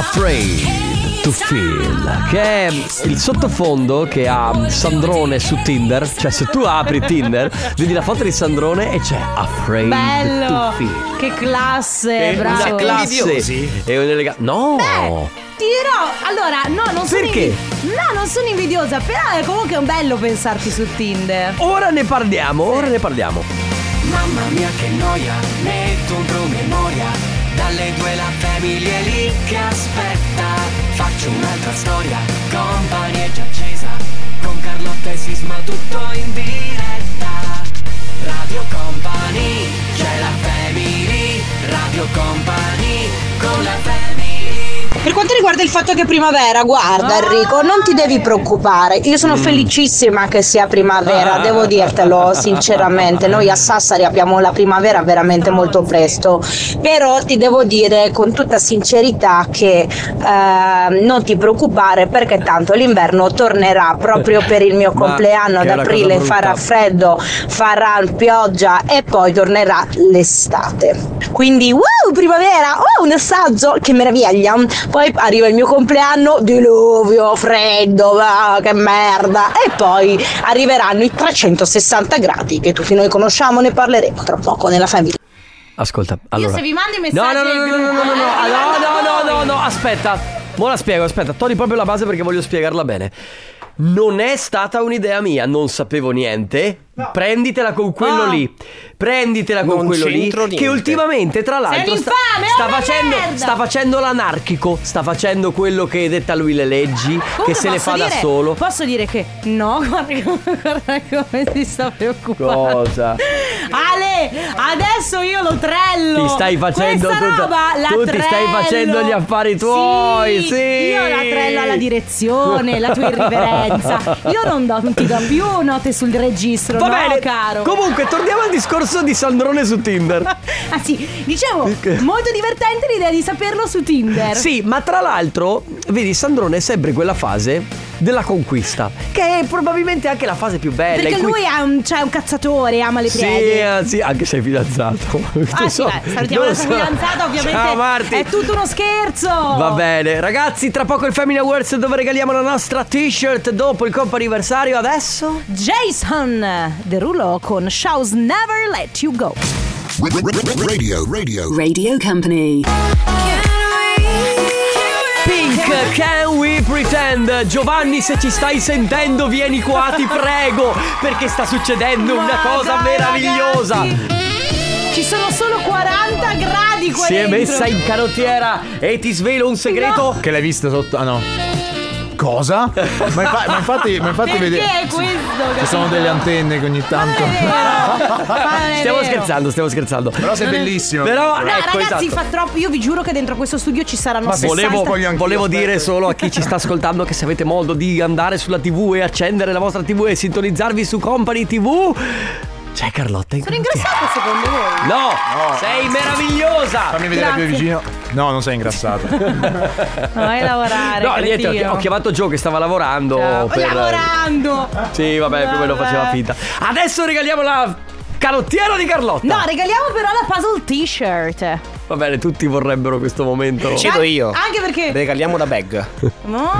Afraid to Feel, che è il sottofondo che ha Sandrone su Tinder. Cioè, se tu apri Tinder, vedi la foto di Sandrone e c'è Afraid to Bello! Feel. Che classe, È bravo. una classe e un'eleganza. No! Beh, ti dirò, allora, no, non sono Perché? invi- No, non sono invidiosa, però è comunque un bello pensarti su Tinder. Ora ne parliamo, ora ne parliamo. Mamma mia che noia, metto un promemoria Dalle due la famiglia è lì che aspetta Faccio un'altra storia, company è già accesa Con Carlotta e Sisma tutto in diretta Radio Company, c'è la family Radio Company, con la family Per quanto riguarda il fatto che è primavera, guarda Ah. Enrico, non ti devi preoccupare. Io sono Mm. felicissima che sia Ah. primavera, devo dirtelo sinceramente. Noi a Sassari abbiamo la primavera veramente molto presto. Però ti devo dire con tutta sincerità che eh, non ti preoccupare perché tanto l'inverno tornerà proprio per il mio Ma compleanno che ad è una aprile, cosa farà brutta. freddo, farà pioggia e poi tornerà l'estate. Quindi, wow, primavera! Oh, un assaggio! Che meraviglia! Poi arriva il mio compleanno, diluvio, freddo, ah, che merda! E poi arriveranno i 360 gradi che tutti noi conosciamo, ne parleremo tra poco nella famiglia. Ascolta, allora. se vi mando i No, messaggi no, no, no, al no, no, gruppo, no, no, no, eh, ah, li no, mando a no, no, no, voi. no, aspetta. Mo la spiego, aspetta, togli proprio la base perché voglio spiegarla bene. Non è stata un'idea mia, non sapevo niente. Prenditela con quello Ah. lì. Prenditela con Non quello lì. c'entro niente. Che ultimamente, tra l'altro, un sta, infame, è sta una facendo, merda. sta facendo l'anarchico. Sta facendo quello che detta lui le leggi. Comunque che se le Ah, posso fa da dire- solo. Posso dire che no, guarda, come- guarda come ti sta preoccupando. Cosa? Ale, adesso io lo trello. Ti stai facendo Questa tutta- roba la tu ti stai trello. facendo gli affari tuoi, sì. Io la trello alla direzione, la tua irriverenza. Io non, do, non ti do più note sul registro, Va no, bene, caro. Comunque, torniamo al discorso di Sandrone su Tinder. Ah sì, dicevo, molto divertente l'idea di saperlo su Tinder. Sì, eh, ma tra l'altro, vedi, Sandrone è sempre in quella fase della conquista, che è probabilmente anche la fase più bella. Perché in cui... lui è un, cioè, un cazzatore, ama le Sì, pieghe. eh, sì, anche se è fidanzato. Ah, sì, beh, salutiamo la sua fidanzata, ovviamente. Ciao Marti. È tutto uno scherzo. Va bene, ragazzi, tra poco il Family Awards dove regaliamo la nostra t-shirt dopo il compo anniversario. Adesso Jason Derulo con Show's Never Let You Go. Radio, radio. Radio Company. Pink, can we pretend? Giovanni, se ci stai sentendo, vieni qua, ti prego, perché sta succedendo una Ma cosa dai, meravigliosa. ragazzi, Ci sono solo 40 gradi qua Si è dentro. messa in canottiera e ti svelo un segreto. Che l'hai vista sotto. Ah no. Cosa? ma, infa- ma infatti, ma infatti Perché vede- è questo? Ci sono delle antenne che ogni tanto. Ah, Stiamo scherzando, stiamo scherzando. Però sei bellissimo. Però, No, ecco, ragazzi, esatto. fa troppo. Io vi giuro che dentro questo studio ci saranno Ma 60 Volevo, voglio anch'io, volevo aspetta. dire solo a chi ci sta ascoltando che se avete modo di andare sulla TV e accendere la vostra TV e sintonizzarvi su Company TV, c'è Carlotta in Sono canottiera. ingrassata secondo voi? No, sei meravigliosa. Fammi vedere più vicino. No, non sei ingrassato. Non vai a lavorare. No, niente, ho chi- ho chiamato Joe che stava lavorando. Oh, per- Lavorando. Sì, vabbè, poi lo Vabbè. faceva finta. Adesso regaliamo la canottiera di Carlotta. No, regaliamo però la puzzle t-shirt. Va bene, tutti vorrebbero questo momento. Decido io. Anche perché. Regaliamo la bag Ma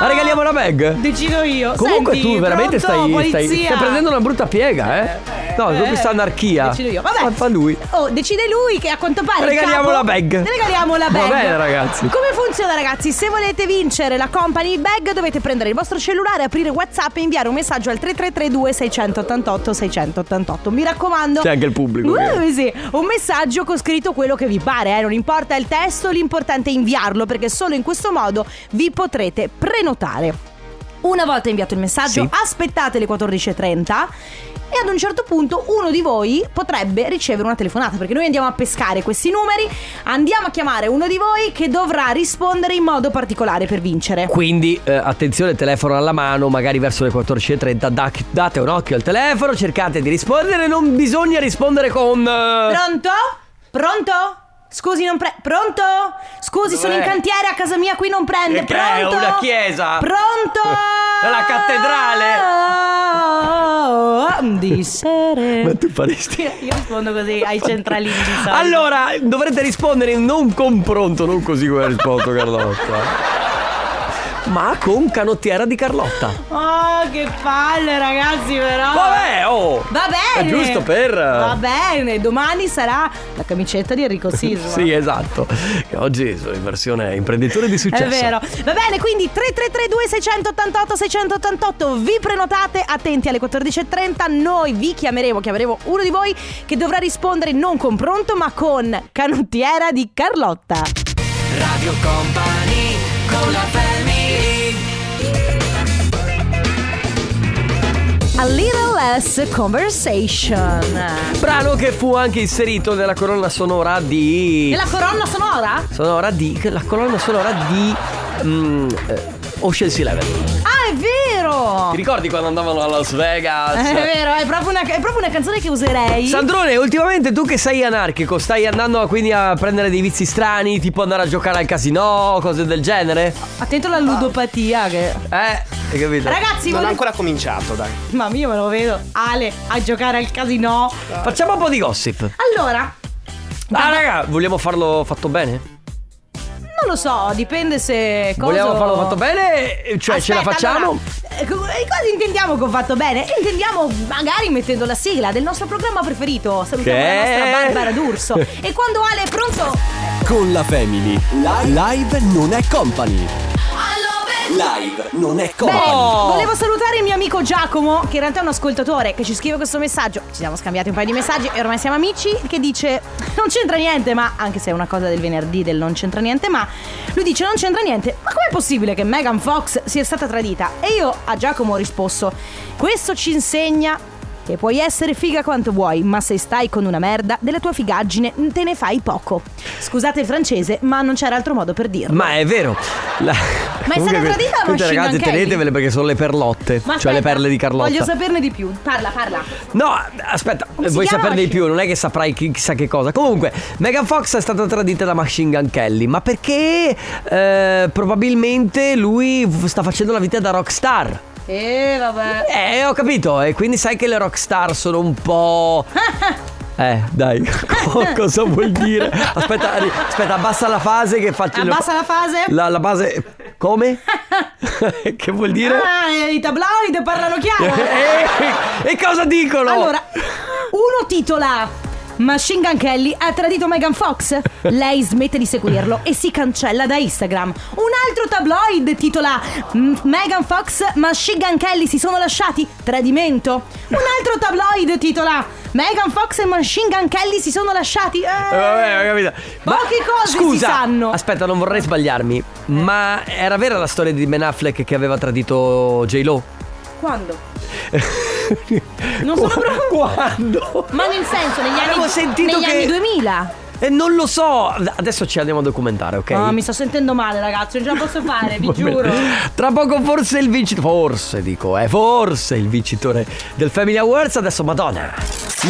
Ma regaliamo la bag? Decido io. Comunque Senti, tu veramente pronto, stai, stai, polizia? stai prendendo una brutta piega, eh? No, eh, è questa anarchia. decido io. Vabbè. Fa- Fa lui. Oh, decide lui che a quanto pare. il Regaliamo capo- la bag. Regaliamo la Va bag. bene, ragazzi. Come funziona, ragazzi? Se volete vincere la company bag, dovete prendere il vostro cellulare, aprire WhatsApp e inviare un messaggio al 3332 688 688. Mi raccomando. C'è anche il pubblico che- Uh, sì. Un messaggio con scritto quello che vi pare, eh. non importa il testo, l'importante è inviarlo perché solo in questo modo vi potrete prenotare. Una volta inviato il messaggio, Sì. aspettate le 14.30 e ad un certo punto uno di voi potrebbe ricevere una telefonata perché noi andiamo a pescare questi numeri, andiamo a chiamare uno di voi che dovrà rispondere in modo particolare per vincere. Quindi eh, attenzione, telefono alla mano, magari verso le 14.30 da- date un occhio al telefono, cercate di rispondere, non bisogna rispondere con... eh, Pronto? Pronto? Scusi, non pre... Pronto? Scusi, sono in Dov'è? cantiere a casa mia, qui non prende. E che è? Pronto? Una chiesa? Pronto? La cattedrale? Di sere. Ma tu faresti. Io rispondo così ai centralini di solito. Allora, dovrete rispondere in non confronto, non così come ha risposto Carlotta. Ma con canottiera di Carlotta. Oh, che palle, ragazzi, però. Vabbè, oh! Ah. Va bene. È giusto per. eh, Va bene, domani sarà la camicetta di Enrico Sisma. Sì, esatto. Che oggi sono in versione imprenditore di successo. È vero. Va bene, quindi 3332 688 688 vi prenotate, attenti alle 14.30, noi vi chiameremo, chiameremo uno di voi che dovrà rispondere non con pronto ma con canottiera di Carlotta. Radio Company con la family A little less conversation. Brano che fu anche inserito nella colonna sonora di. E la corona sonora? Sonora di. La colonna sonora di. mm, eh, Ocean's Eleven. Ah, è vero! Ti ricordi quando andavano a Las Vegas? È vero, è proprio una, è proprio una canzone che userei. Sandrone, ultimamente tu che sei anarchico, stai andando a- quindi a prendere dei vizi strani, tipo andare a giocare al casino, cose del genere? Attento alla ludopatia che... Eh, hai capito? Ragazzi, Non voglio- ha ancora cominciato, dai. mamma mia, me lo vedo. Ale a giocare al casino. Facciamo un po' di gossip. Allora, Ah, raga, vogliamo farlo fatto bene? non lo so, dipende se. Cosa... Vogliamo farlo fatto bene? Eh, Cioè, ce la Aspetta, facciamo? allora, eh, co- eh, cosa intendiamo con fatto bene? Intendiamo magari mettendo la sigla del nostro programma preferito. Salutiamo Che la è? nostra Barbara D'Urso. e quando Ale è pronto. Con la Family. Live non è company. Live non è Beh, company. volevo salutare il mio amico Giacomo, che in realtà è un ascoltatore, che ci scrive questo messaggio. Ci siamo scambiati un paio di messaggi e ormai siamo amici. Che dice: Non c'entra niente, ma anche se è una cosa del venerdì del non c'entra niente, ma lui dice: Non c'entra niente. Ma com'è possibile che Megan Fox sia stata tradita? E io a Giacomo ho risposto: Questo ci insegna. Che puoi essere figa quanto vuoi, ma se stai con una merda, della tua figaggine te ne fai poco. Scusate il francese, ma non c'era altro modo per dirlo. Ma è vero. La- Ma è stata Comunque, tradita da queste Machine ragazze Gun Kelly? tenetevele perché sono le perlotte, Ma cioè le aspetta, perle di Carlotta. Voglio saperne di più. Parla, parla. No, aspetta, si vuoi chiama saperne di Machine- più, non è che saprai chi- chissà che cosa. Comunque, Megan Fox è stata tradita da Machine Gun Kelly, ma perché eh, probabilmente lui v- sta facendo la vita da rockstar. Eh, vabbè. Eh, ho capito, e quindi sai che le rockstar sono un po'... Eh, dai, co- cosa vuol dire? Aspetta, arri- aspetta, abbassa la fase che faccio... il- Abbassa la fase. La, la base... Come? che vuol dire? Ah, i tablauri te parlano chiaro. e, e cosa dicono? allora, uno titola. Machine Gun Kelly ha tradito Megan Fox. Lei smette di seguirlo e si cancella da Instagram. Un altro tabloid titola "M- Megan Fox, Machine Gun Kelly si sono lasciati. Tradimento. Un altro tabloid titola Megan Fox e Machine Gun Kelly si sono lasciati. Eh. Eh, Vabbè, ho capito. Poche cose si scusa, sanno. Aspetta, non vorrei sbagliarmi. Ma era vera la storia di Ben Affleck che aveva tradito J-Lo? Quando? non sono proprio Quando? Ma nel senso, negli Avevo anni, sentito negli che- anni 2000. E non lo so. Adesso ci andiamo a documentare, ok? No, mi sto sentendo male, ragazzi, non ce la posso fare, vi Va bene. giuro. Tra poco forse il vincitore. Forse dico, eh, forse il vincitore del Family Awards. Adesso Madonna.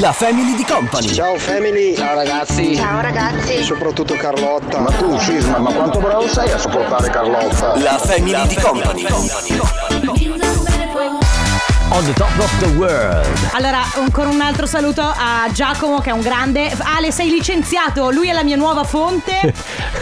La Family di company. Ciao family, ciao ragazzi. Ciao ragazzi. E soprattutto Carlotta. Ma tu Sisma, ma quanto bravo sei a sopportare Carlotta? La Family di company. On the top of the world. Allora, ancora un altro saluto a Giacomo che è un grande. Ale, sei licenziato, lui è la mia nuova fonte.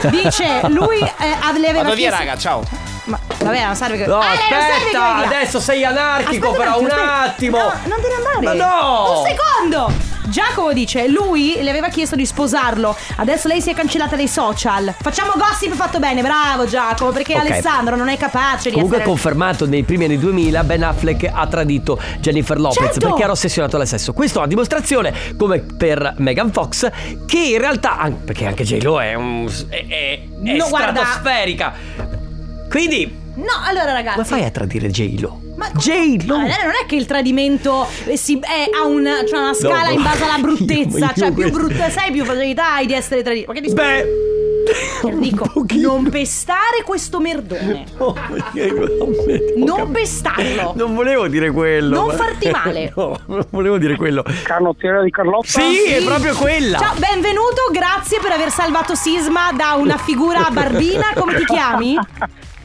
Dice, lui eh, av- le aveva Vado via, chiesto- raga, ciao. Ma vabbè, non serve che No, Ale, non serve che aspetta, vai via. adesso sei anarchico, Aspetta però un aspetta. attimo. No, non devi andare. Ma no! Un secondo! Giacomo dice, lui le aveva chiesto di sposarlo, adesso lei si è cancellata dai social. Facciamo gossip fatto bene, bravo Giacomo, perché Ok. Alessandro non è capace di Comunque è essere... confermato nei primi anni 2000 Ben Affleck ha tradito Jennifer Lopez Certo! perché era ossessionato dal sesso. Questo è una dimostrazione, come per Megan Fox, che in realtà, an- perché anche J-Lo è, un, è, è- è No, guarda. stratosferica. Quindi, No, allora ragazzi... come fai a tradire J-Lo? Ah, Ma- J-Lo! Ma allora non è che il tradimento eh, si- è- ha una, cioè una scala No, in base alla io- bruttezza. io cioè, più questo- brutta sei, più facilità hai di essere tradito. Ma che discorso? Beh, Dico, non pestare questo merdone. Oh, Non pestarlo. Non volevo dire quello. Non ma- farti male. No, non volevo dire quello. Canottiera di Carlotta? Sì, è proprio quella. Ciao, benvenuto, grazie per aver salvato Sisma da una figura barbina. Come ti chiami?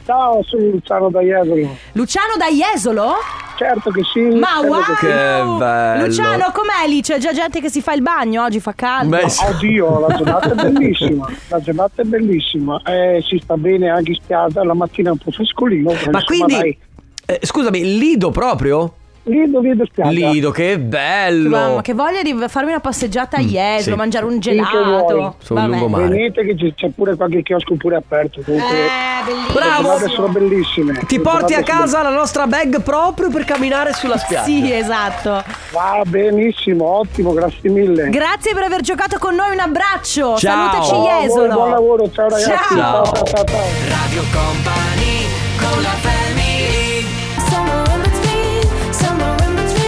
Ciao, sono Luciano D'Aievoli. Luciano da Jesolo? Certo che sì. Ma credo wow! che sì. Che bello. Luciano, com'è lì? C'è già gente che si fa il bagno, oggi fa caldo. Beh, sì. Oddio, la giornata è bellissima, la giornata è bellissima, eh, si sta bene anche in spiaggia, la mattina è un po' frescolino, però Ma insomma, quindi, dai, eh, scusami, Lido proprio? lido, lido spiaggia. Lido, che bello. Mamma, che voglia di farmi una passeggiata a Jesolo, Mm, sì. mangiare un che vuoi. gelato. Sono Vabbè. lungomare. Venite che c'è- c'è pure qualche chiosco pure aperto, comunque Eh, bellissimo. le Bravo. giornate sono bellissime. Ti Le porti a giornate sono casa la nostra bag proprio per camminare sulla spiaggia. Sì, esatto. bellissime. Va benissimo, ottimo, grazie mille. Grazie per aver giocato con noi, un abbraccio. Ciao. Salutaci Ciao, Ciao, Jesolo. buon, buon lavoro, ciao ragazzi. Ciao. ciao, ciao, ciao.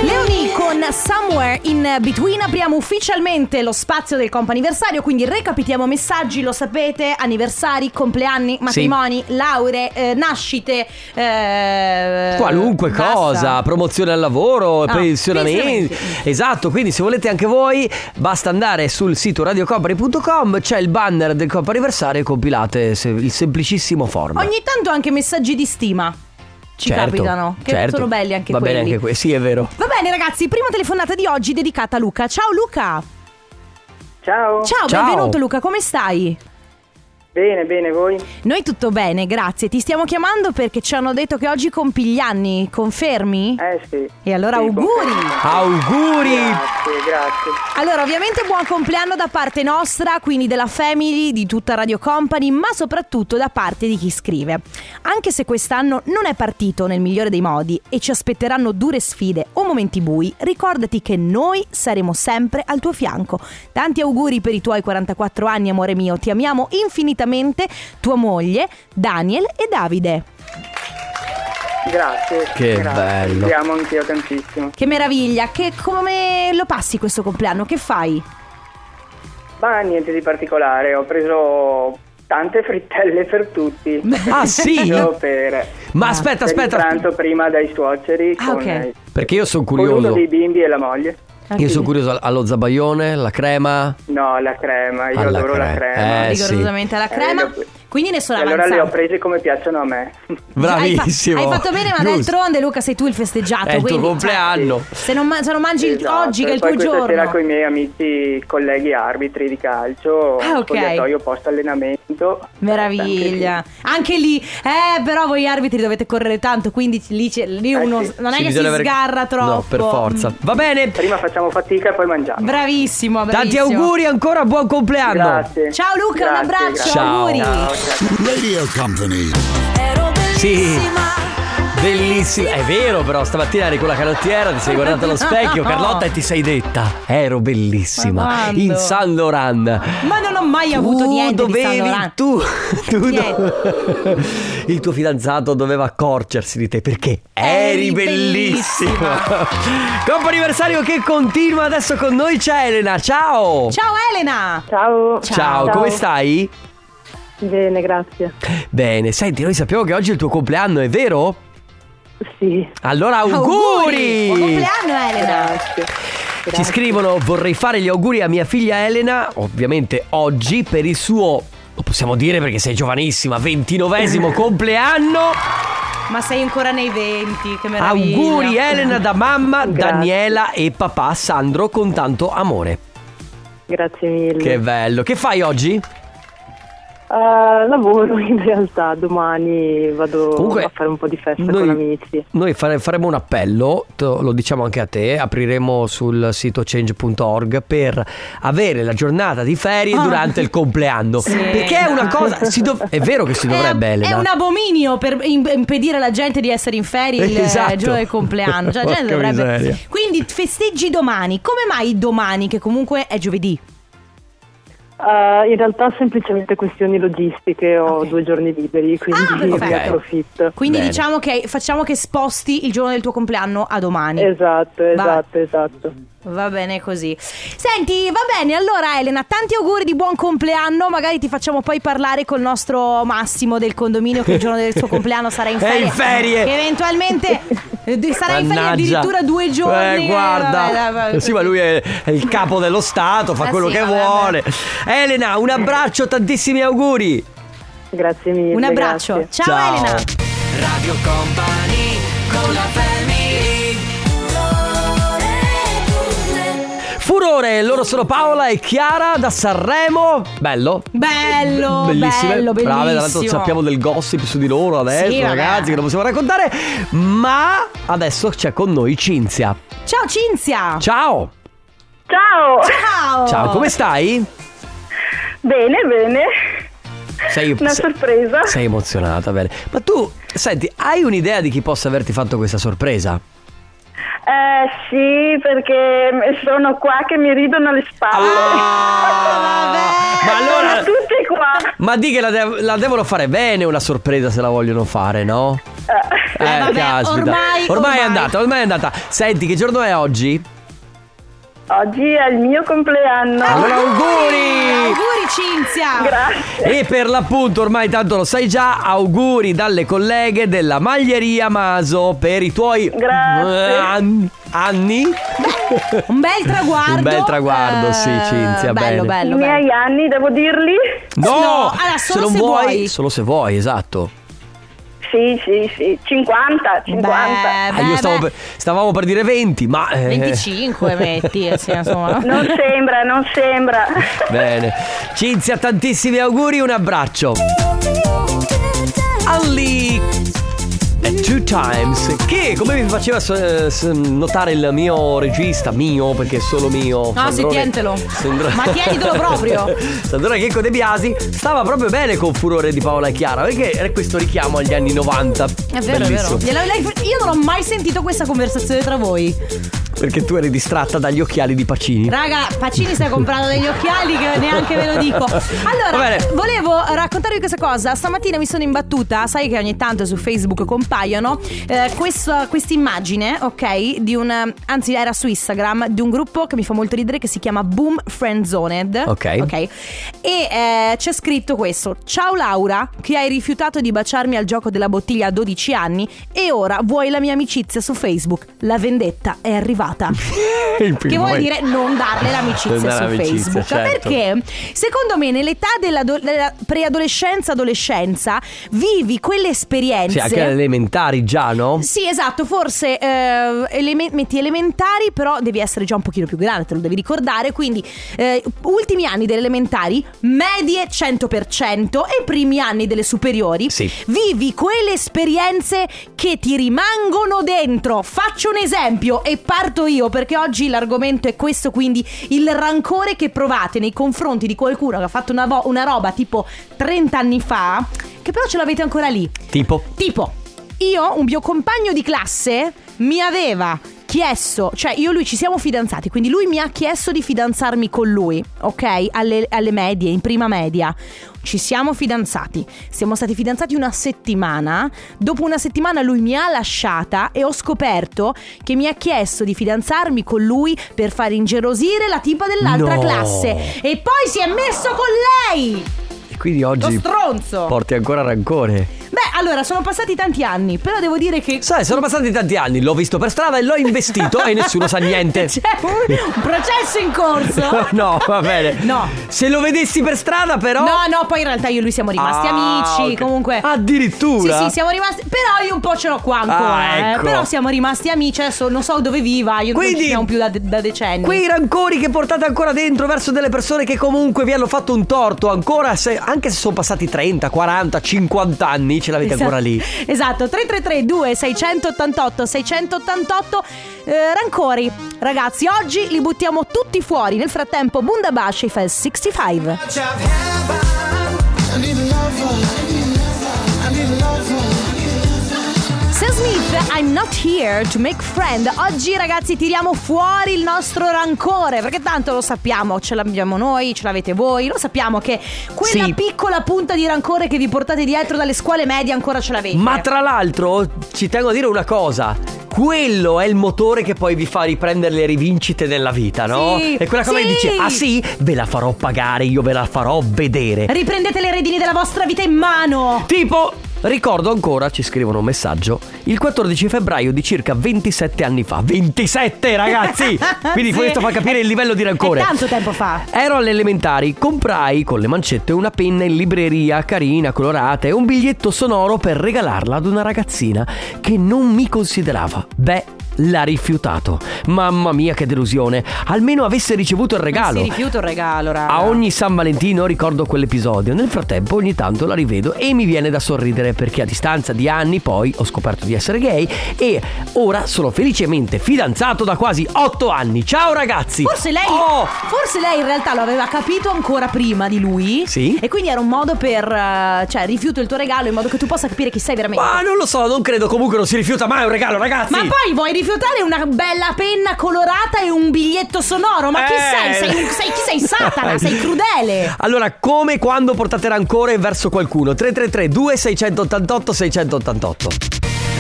Leoni con Somewhere in Between apriamo ufficialmente lo spazio del comp'anniversario, quindi recapitiamo messaggi, lo sapete, anniversari, compleanni, matrimoni, lauree, eh, nascite, eh, Qualunque basta. cosa, promozione al lavoro, Ah, pensionamenti. pensionamenti. Esatto, quindi se volete anche voi basta andare sul sito radiocompany.com, c'è il banner del Coppa Anniversario e compilate se- il semplicissimo form. Ogni tanto anche messaggi di stima ci Certo, capitano, che certo. sono belli anche Va quelli. bene anche que- sì, è vero. Va bene ragazzi, prima telefonata di oggi dedicata a Luca. Ciao Luca! Ciao, Ciao, Ciao. benvenuto Luca, come stai? bene, bene voi? Noi tutto bene, grazie. Ti stiamo chiamando perché ci hanno detto che oggi compi gli anni, confermi? Eh sì. E allora Sì, auguri. confermo. Auguri! Grazie, grazie. Allora, ovviamente buon compleanno da parte nostra, quindi della Family, di tutta Radio Company, ma soprattutto da parte di chi scrive. Anche se quest'anno non è partito nel migliore dei modi e ci aspetteranno dure sfide o momenti bui, ricordati che noi saremo sempre al tuo fianco. Tanti auguri per i tuoi 44 anni, amore mio. Ti amiamo infinitamente, tua moglie, Daniel e Davide. Grazie. Che grazie. bello. Ti amo anch'io tantissimo. Che meraviglia, che come lo passi questo compleanno? Che fai? Ma niente di particolare, ho preso tante frittelle per tutti. Ah sì? Io per, Ma aspetta, per il aspetta. pranzo prima dai suoceri Ah, con, ok. eh, Perché io sono con uno curioso. dei bimbi e la moglie. Io sono curioso al- allo zabaione, la crema. No, la crema, io Alla adoro la crema. crema. Eh, sì. rigorosamente alla Eh, crema. le ho- Quindi ne sono E allora le ho avanzate. prese come piacciono a me. Bravissimo. Hai, fa- hai fatto bene, ma Giusto. d'altronde, Luca, sei tu il festeggiato. È il tuo quindi, cioè, compleanno. se, non ma- se non mangi il- Esatto, oggi, che è e il poi tuo questa sera giorno. con i miei amici, colleghi arbitri di calcio, Ah, ok. spogliatoio post allenamento. Meraviglia. Anche lì, eh, però voi arbitri dovete correre tanto, quindi lì, c'è- lì Eh, uno sì. non è Sì, che si bisogna avere- sgarra troppo. No, per forza. Va bene. Prima facciamo fatica e poi mangiamo. Bravissimo, Tanti bravissimo. auguri ancora, buon compleanno. Grazie. Ciao Luca, un Grazie, abbraccio, grazie. Ciao. auguri. Ciao, ciao. Radio Company. Sì. Bellissima. È vero, però stamattina eri con la canottiera, ti sei guardata allo specchio, Carlotta, e ti sei detta: Eh, Ero Ma bellissima. quando? In San Loran. Ma non ho mai avuto tu niente dovevi, di eh. San Laurent. Tu, tu do- Niente. Il tuo fidanzato doveva accorgersi di te perché eri Eri bellissima. bellissima. Compo anniversario che continua adesso con noi c'è Elena. Ciao. Ciao Elena. Ciao. Ciao, come stai? Bene, grazie. Bene, senti, noi sappiamo che oggi è il tuo compleanno, è vero? Sì, Allora auguri! Buon compleanno Elena. grazie. Ci scrivono vorrei fare gli auguri a mia figlia Elena, ovviamente oggi per il suo lo possiamo dire perché sei giovanissima, 29esimo compleanno. Ma sei ancora nei 20, che meraviglia. Auguri Elena da mamma, Grazie. Daniela e papà Sandro con tanto amore. Grazie mille. Che bello. Che fai oggi? Eh, lavoro in realtà, domani vado Comunque, a fare un po' di festa noi- con amici. Noi fare- faremo un appello, te- lo diciamo anche a te, apriremo sul sito change.org per avere la giornata di ferie durante il compleanno. Ah. Sì. Perché è una cosa... si dov- è vero che si dovrebbe, è, Elena. È un abominio per im- impedire alla gente di essere in ferie il eh, Esatto. giorno del compleanno. Cioè, la gente Porca dovrebbe- miseria. Quindi festeggi domani. Come mai domani, che comunque è giovedì? Eh, in realtà semplicemente questioni logistiche, ho Ok. due giorni liberi, Ah, quindi perfetto. ne approfitto. Quindi Bene. diciamo che facciamo che sposti il giorno del tuo compleanno a domani. Esatto, esatto, esatto. Va bene così. Senti, va bene. Allora, Elena, tanti auguri di buon compleanno. Magari ti facciamo poi parlare col nostro Massimo del condominio che il giorno del suo compleanno sarà in È ferie. in ferie! Che eventualmente eh, sarà in ferie Mannaggia. addirittura due giorni. Eh, guarda. Eh, vabbè, vabbè. Sì, ma lui è, è il capo dello Stato, fa Eh, quello sì, che vabbè, vuole. Elena, un abbraccio, tantissimi auguri. Grazie mille. Un abbraccio. grazie. Ciao, Ciao. Elena. Radio Company con la family Furore, loro sono Paola e Chiara da Sanremo. Bello. Bello, Bellissime, Oh, bello, bellissimo. brave, tra l'altro sappiamo del gossip su di loro adesso, Sì, vabbè. ragazzi, che non possiamo raccontare. Ma adesso c'è con noi Cinzia. Ciao Cinzia. Ciao! Ciao. Ciao. Ciao, come stai? Bene, bene. Sei, Una se- sorpresa. sei emozionata, bene. Ma tu, senti, hai un'idea di chi possa averti fatto questa sorpresa? Eh sì, perché sono qua che mi ridono alle spalle. Ah, ma Sono allora. tutti qua. Ma di che la, dev- la devono fare bene una sorpresa se la vogliono fare, no? Eh, vabbè, ormai- Ormai, è ormai. andata, ormai è andata. Senti, che giorno è oggi? Oggi è il mio compleanno. Allora, auguri! Auguri Cinzia. Grazie. E per l'appunto, ormai tanto lo sai già, auguri dalle colleghe della Maglieria Maso per i tuoi Grazie. eh, an- anni. Un bel traguardo. Un bel traguardo, Eh, sì, Cinzia, Bello, bene. bello, I miei bello. anni, devo dirli? No, allora, solo non se vuoi, vuoi. Solo se vuoi, esatto. Sì, sì, sì. 50, 50. Eh, Ah, io stavo per- stavamo per dire 20, ma... eh, 25 metti, eh, sì, insomma. Non sembra, non sembra. Bene. Cinzia, tantissimi auguri, un abbraccio. Ali e Two Times, che come vi faceva eh, s- notare il mio regista, mio perché è solo mio. No, sì, Sandrone- tientelo. Ma tienitelo proprio. Sandrone Checco De Biasi stava proprio bene con Furore di Paola e Chiara perché era questo richiamo agli anni 90. È vero, Bellissimo. è vero. Gliela- lei- Io non ho mai sentito questa conversazione tra voi. Perché tu eri distratta dagli occhiali di Pacini. Raga, Pacini sta comprando degli occhiali che neanche ve lo dico. Va Allora, bene. volevo raccontarvi questa cosa. Stamattina mi sono imbattuta, sai che ogni tanto su Facebook compaiono eh, questa immagine, ok, di un anzi era su Instagram di un gruppo che mi fa molto ridere che si chiama Boom Friendzoned. Ok. Ok. E eh, c'è scritto questo: "Ciao Laura, che hai rifiutato di baciarmi al gioco della bottiglia a 12 anni e ora vuoi la mia amicizia su Facebook. La vendetta è arrivata". Che vuol dire non darle l'amicizia Non dare su l'amicizia, Facebook. certo. Perché secondo me nell'età della, do- della preadolescenza-adolescenza vivi quelle esperienze. Sì, anche alle elementari già, no? Sì, esatto, forse eh, eleme- metti elementari, però devi essere già un pochino più grande, te lo devi ricordare, quindi eh, ultimi anni delle elementari, medie 100% e primi anni delle superiori, Sì. vivi quelle esperienze che ti rimangono dentro. Faccio un esempio e parto io perché oggi l'argomento è questo, quindi il rancore che provate nei confronti di qualcuno che ha fatto una, vo- una roba tipo 30 anni fa, che però ce l'avete ancora lì. Tipo? Tipo, io, un mio compagno di classe, mi aveva chiesto, cioè io e lui ci siamo fidanzati, quindi lui mi ha chiesto di fidanzarmi con lui, ok? Alle, alle medie, in prima media. Ci siamo fidanzati, siamo stati fidanzati una settimana, dopo una settimana lui mi ha lasciata e ho scoperto che mi ha chiesto di fidanzarmi con lui per far ingerosire la tipa dell'altra No. classe e poi si è messo con lei! E quindi Lo oggi stronzo! porti ancora rancore. Beh, allora, sono passati tanti anni, però devo dire che Sai, sono passati tanti anni, l'ho visto per strada e l'ho investito e nessuno sa niente. C'è un, Cioè, un processo in corso. No, va bene. Certo. No. Se lo vedessi per strada, però. No, no, poi in realtà io e lui siamo rimasti Ah, amici. ok. Ah, Comunque. Addirittura? Sì, sì, siamo rimasti. Però io un po' ce l'ho qua ancora. Ah, eh. ecco. Però siamo rimasti amici. Adesso non so dove viva. Io non Quindi- ci siamo più da, da decenni. Quei rancori che portate ancora dentro verso delle persone che comunque vi hanno fatto un torto, ancora se- anche se sono passati 30, 40, 50 anni, ce l'avete ancora lì. Esatto, 333 2688 688 eh, rancori. Ragazzi, oggi li buttiamo tutti fuori. Nel frattempo Bundabashi fa il 65. Sam Smith, I'm not Not Here to Make Friend. Oggi ragazzi tiriamo fuori il nostro rancore perché tanto lo sappiamo, ce l'abbiamo noi, ce l'avete voi, lo sappiamo che quella Sì. piccola punta di rancore che vi portate dietro dalle scuole medie ancora ce l'avete. Ma tra l'altro ci tengo a dire una cosa. Quello è il motore che poi vi fa riprendere le rivincite nella vita, no? Sì, è quella cosa sì. che dice: Ah sì, ve la farò pagare, io ve la farò vedere. Riprendete le redini della vostra vita in mano. Tipo, ricordo ancora, ci scrivono un messaggio, il 14 febbraio di circa 27 anni fa. 27 ragazzi! Quindi Sì. questo fa capire il livello di rancore. È tanto tempo fa. Ero alle elementari, comprai con le mancette una penna in libreria carina, colorata e un biglietto sonoro per regalarla ad una ragazzina che non mi considerava. Beh, l'ha rifiutato. Mamma mia che delusione. Almeno avesse ricevuto il regalo. Si rifiuta il regalo, raga. A ogni San Valentino ricordo quell'episodio. Nel frattempo ogni tanto la rivedo e mi viene da sorridere perché a distanza di anni poi ho scoperto di essere gay e ora sono felicemente fidanzato da quasi 8 anni. Ciao ragazzi! Forse lei, Oh! forse lei in realtà lo aveva capito ancora prima di lui. Sì. E quindi era un modo per. eh, cioè, rifiuto il tuo regalo in modo che tu possa capire chi sei veramente. Ma non lo so, non credo comunque non si rifiuta mai un regalo, ragazzi! Ma poi vuoi rifiutare una bella penna colorata e un biglietto sonoro? Ma chi Eh. sei? Sei, sei- Chi sei? Satana? sei crudele! Allora, come e quando portate rancore verso qualcuno? 333 2688 688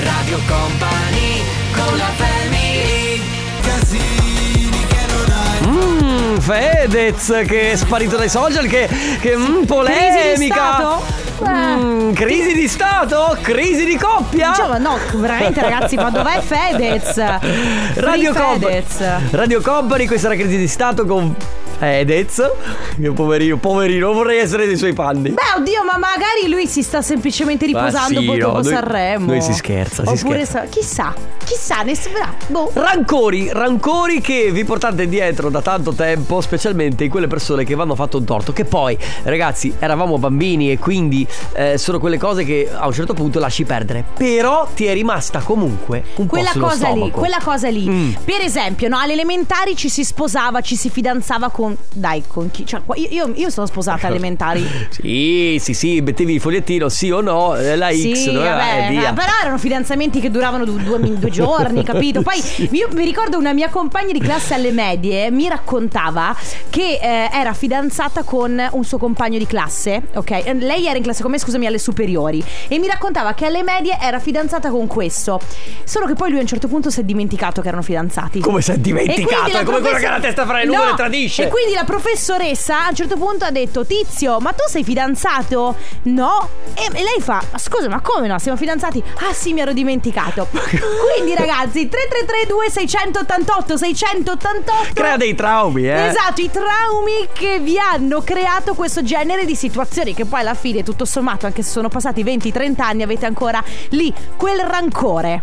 Radio Company con la family Mmm, Fedez che è sparito dai social, che, che mm, polemica! Crisi di stato? Eh. Mm, crisi di stato? Crisi di coppia? Diciamo, no, veramente ragazzi, ma dov'è Fedez? Free Radio Company. Fedez. Radio Company, questa era crisi di stato con Fedez. Mio poverino, poverino, non vorrei essere nei suoi panni. Beh, oddio, ma magari lui si sta semplicemente Ma riposando sì, poi dopo no, noi- Sanremo. noi si scherza, si Oppure scherza. sa- chissà, chissà, ne sembra. Boh. Rancori, rancori che vi portate dietro da tanto tempo, specialmente in quelle persone che vi hanno fatto un torto. Che poi, ragazzi, eravamo bambini e quindi eh, sono quelle cose che a un certo punto lasci perdere. Però ti è rimasta comunque un Quella po' sullo cosa stomaco. lì, quella cosa lì. Mm. Per esempio, no, alle elementari ci si sposava, ci si fidanzava con. Dai, con chi? Cioè, qua- io, io- io sono sposata alle elementari. Sì, sì, sì, mettevi il fogliettino, sì o no, eh, la X, sì, no? Eh, vabbè, ma- via. però erano fidanzamenti che duravano du- due, due giorni, capito? Poi io mi ricordo una mia compagna di classe alle medie mi raccontava che eh, era fidanzata con un suo compagno di classe, ok? Eh, Lei era in classe con me, scusami, alle superiori e mi raccontava che alle medie era fidanzata con questo. Solo che poi lui a un certo punto si è dimenticato che erano fidanzati. Come si è dimenticato? E quindi È come quello che ha la testa fra le nuvole e No, tradisce. E quindi la professoressa a un certo punto ha detto: Tizio, ma tu sei fidanzato? No. E e lei fa: "Ma Scusa, ma come no? Siamo fidanzati? Ah, sì, mi ero dimenticato. quindi, ragazzi, 3332 688 688 Crea dei traumi, eh. Esatto, i traumi che vi hanno creato questo genere di situazioni che poi alla fine, tutto sommato, anche se sono passati 20-30 anni, avete ancora lì quel rancore.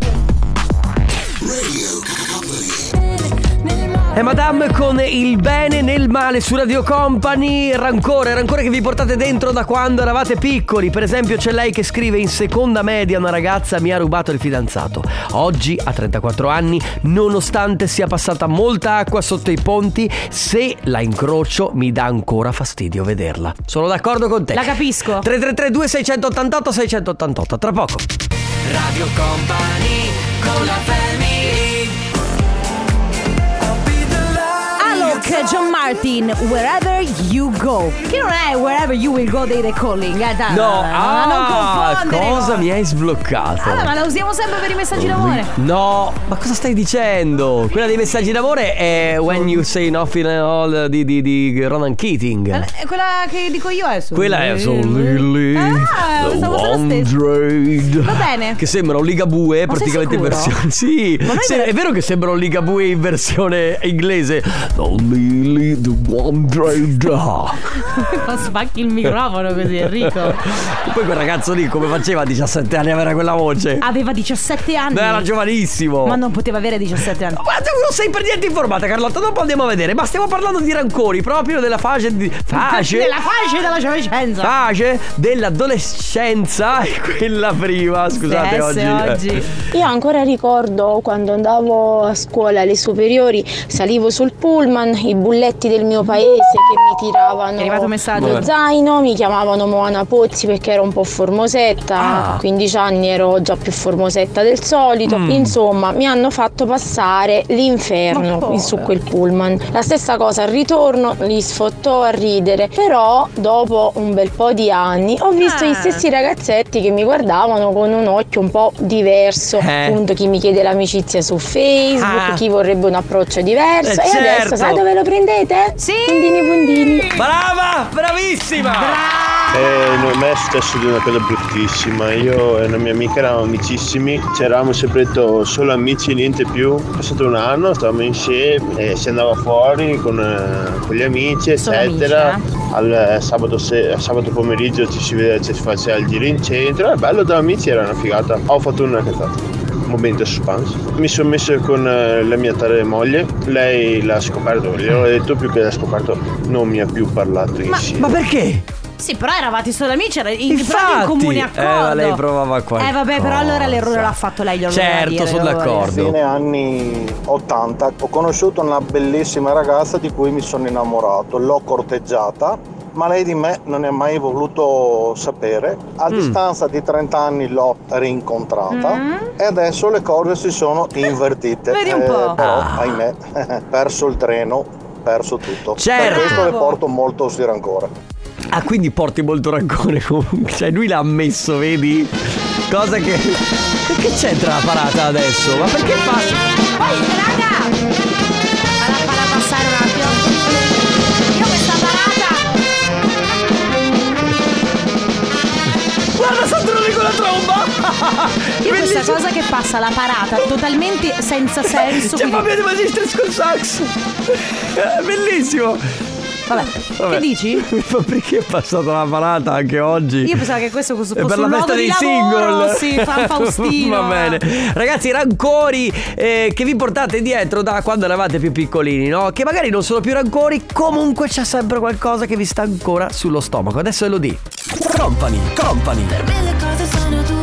E Madame con il bene nel male su Radio Company, rancore, rancore che vi portate dentro da quando eravate piccoli. Per esempio c'è lei che scrive in seconda media una ragazza mi ha rubato il fidanzato. Oggi, a 34 anni, nonostante sia passata molta acqua sotto i ponti, se la incrocio mi dà ancora fastidio vederla. Sono d'accordo con te. La capisco. 3332 688 688, tra poco. Radio Company con la family Alok, John Martin, Wherever You Go. Che non è Wherever You Will Go dei The Calling. eh, dai, No, ma non ah, confondere. cosa mi hai sbloccato? Vabbè, ma la usiamo sempre per i messaggi d'amore. No, ma cosa stai dicendo? Quella dei messaggi d'amore è When You Say Nothing at All di, di- di Ronan Keating. Eh, Quella che dico io è su. Quella è So Lily, Ah, The pensavo fosse la One stessa. Trade. Va bene. Che sembra un Ligabue Ma sei praticamente in sicuro? versione. Sì, Ma noi se- vera- è vero che sembra un Ligabue in versione inglese. So Lily, The One Trade. Ma spacchi il microfono così, Enrico. Poi quel ragazzo lì, come faceva a 17 anni, aveva quella voce. Aveva 17 anni. Beh, era giovanissimo. Ah, ma non poteva avere 17 anni. Ma tu non sei per niente informata, Carlotta. Dopo andiamo a vedere. Ma stiamo parlando di rancori, proprio della fase di. Fase? Nella faccia della giovincenza. Fase dell'adolescenza e quella prima. Scusate, Sì, oggi. sì, oggi. eh. Io ancora ricordo quando andavo a scuola alle superiori, salivo sul pullman, i bulletti del mio paese che mi tiravano È arrivato un messaggio. lo zaino, mi chiamavano Moana Pozzi perché ero un po' formosetta, a 15 anni ero già più formosetta del solito, Mm. insomma mi hanno fatto passare l'inferno in- su quel pullman. La stessa cosa al ritorno, li sfottò a ridere, però dopo un bel po' di anni ho visto Ah. gli stessi ragazzetti che mi guardavano con un occhio un po' diverso, Eh. appunto chi mi chiede l'amicizia su Facebook, Ah. chi vorrebbe un approccio diverso Eh, e certo. adesso sai dove lo prendete? Sì! Pundini pundini! Brava, bravissima! Eh, no, a me è successo di una cosa bruttissima. Io e una mia amica eravamo amicissimi, ci eravamo sempre detto solo amici e niente più. È passato un anno, stavamo insieme e si andava fuori con, eh, con gli amici, Solo eccetera. amici, Al eh, sabato, se- sabato pomeriggio ci si vedeva, ci si faceva il giro in centro. È bello da amici, era una figata. Ho fatto una cazzata. Momento suspense. Mi sono messo con eh, la mia tale moglie, lei l'ha scoperto, gliel'ho detto più che l'ha scoperto, non mi ha più parlato insieme. Ma perché? Sì, però eravate solo amici, era il Infatti. proprio in comune Eh, ma accordo. lei provava qualcosa. Certo, Eh, vabbè, però allora l'errore l'ha fatto lei, glielo doveva dire, allora. d'accordo. A fine anni 80 ho conosciuto una bellissima ragazza di cui mi sono innamorato, l'ho corteggiata, ma lei di me non ne ha mai voluto sapere. A Mm. distanza di 30 anni l'ho rincontrata Mm? e adesso le cose si sono invertite. Vedi un po'. Eh, però, Ah. ahimè, perso il treno, perso tutto. Certo. Per questo le Bravo. porto molto sti rancore. Ah, quindi porti molto rancore comunque. Cioè, lui l'ha ammesso, vedi? Cosa che. Che c'entra la parata adesso? Ma perché fa. Poi, raga! Alla farà passare un attimo. Io questa parata! Guarda, Sandrone con la tromba! Io questa cosa che passa la parata totalmente senza senso. C'è quindi- Fabio De Magistris col sax! È Bellissimo! Vabbè, che dici? Ma perché è passata la parata anche oggi? Io pensavo che questo fosse E fosse per la un festa luogo dei di single lavoro. Sì, San Faustino. Va bene Ragazzi rancori eh, che vi portate dietro da quando eravate più piccolini no? Che magari non sono più rancori Comunque c'è sempre qualcosa che vi sta ancora sullo stomaco Adesso è lo di Company Company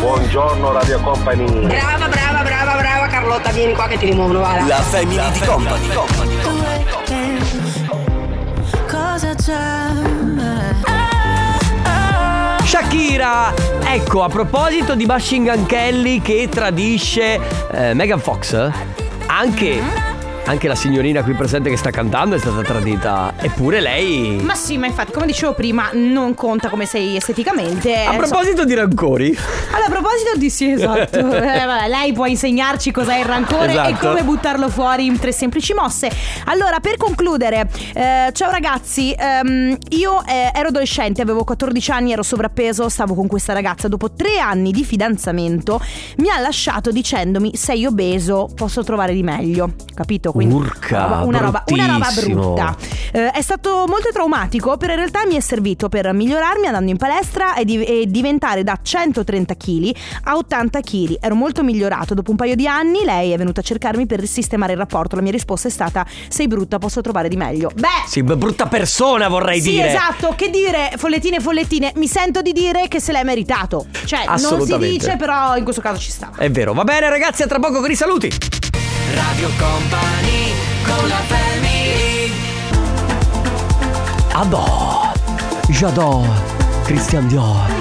Buongiorno Radio Company. Brava, brava, brava, brava Carlotta, vieni qua che ti rimuovono, va là. La family di company. Cosa c'è? Shakira Ecco a proposito di Machine Gun Kelly Che tradisce eh, Megan Fox Anche Anche la signorina qui presente che sta cantando È stata tradita Eppure lei Ma sì, ma infatti, come dicevo prima, non conta come sei esteticamente. eh, A proposito di rancori Allora, a proposito di sì, esatto. Eh, vabbè, lei può insegnarci cos'è il rancore e Esatto. come buttarlo fuori in tre semplici mosse. Allora, per concludere, eh, ciao ragazzi, ehm, io eh, ero adolescente, avevo 14 anni, ero sovrappeso, stavo con questa ragazza. Dopo tre anni di fidanzamento mi ha lasciato dicendomi sei obeso, posso trovare di meglio. Capito? Quindi Urca, una roba, una roba bruttissimo. brutta. Eh, è stato molto traumatico, però in realtà mi è servito per migliorarmi andando in palestra e, di- e diventare da 130 kg a 80 kg. Ero molto migliorato. Dopo un paio di anni lei è venuta a cercarmi per risistemare il rapporto. La mia risposta è stata: Sei brutta, posso trovare di meglio. Beh. Sì, beh, brutta persona vorrei sì, dire. esatto, che dire, follettine, follettine, mi sento di dire che se l'è meritato. Cioè, non si Assolutamente. dice, però in questo caso ci sta. È vero. Va bene, ragazzi, a tra poco con i saluti. Radio Company con la family. Adò. J'adore. Christian Dior.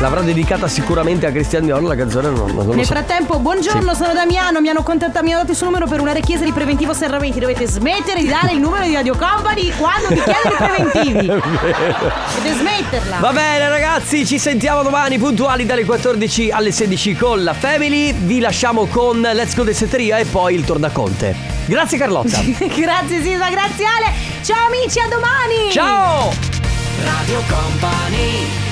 L'avrà dedicata sicuramente a Christian Dior la canzone, non, non lo Nel so. frattempo, buongiorno, sono Damiano. Mi hanno contattato, mi hanno dato il suo numero per una richiesta di preventivo serramenti. Dovete smettere di dare il numero di Radio Company quando vi chiedono i preventivi. Dovete smetterla. Va bene ragazzi, ci sentiamo domani puntuali dalle 14 alle 16 con la Family. Vi lasciamo con Let's Go Dessetteria e poi il Tornaconte. Grazie Carlotta. grazie Sisa, grazie Ale. Ciao amici, a domani. Ciao. Radio Company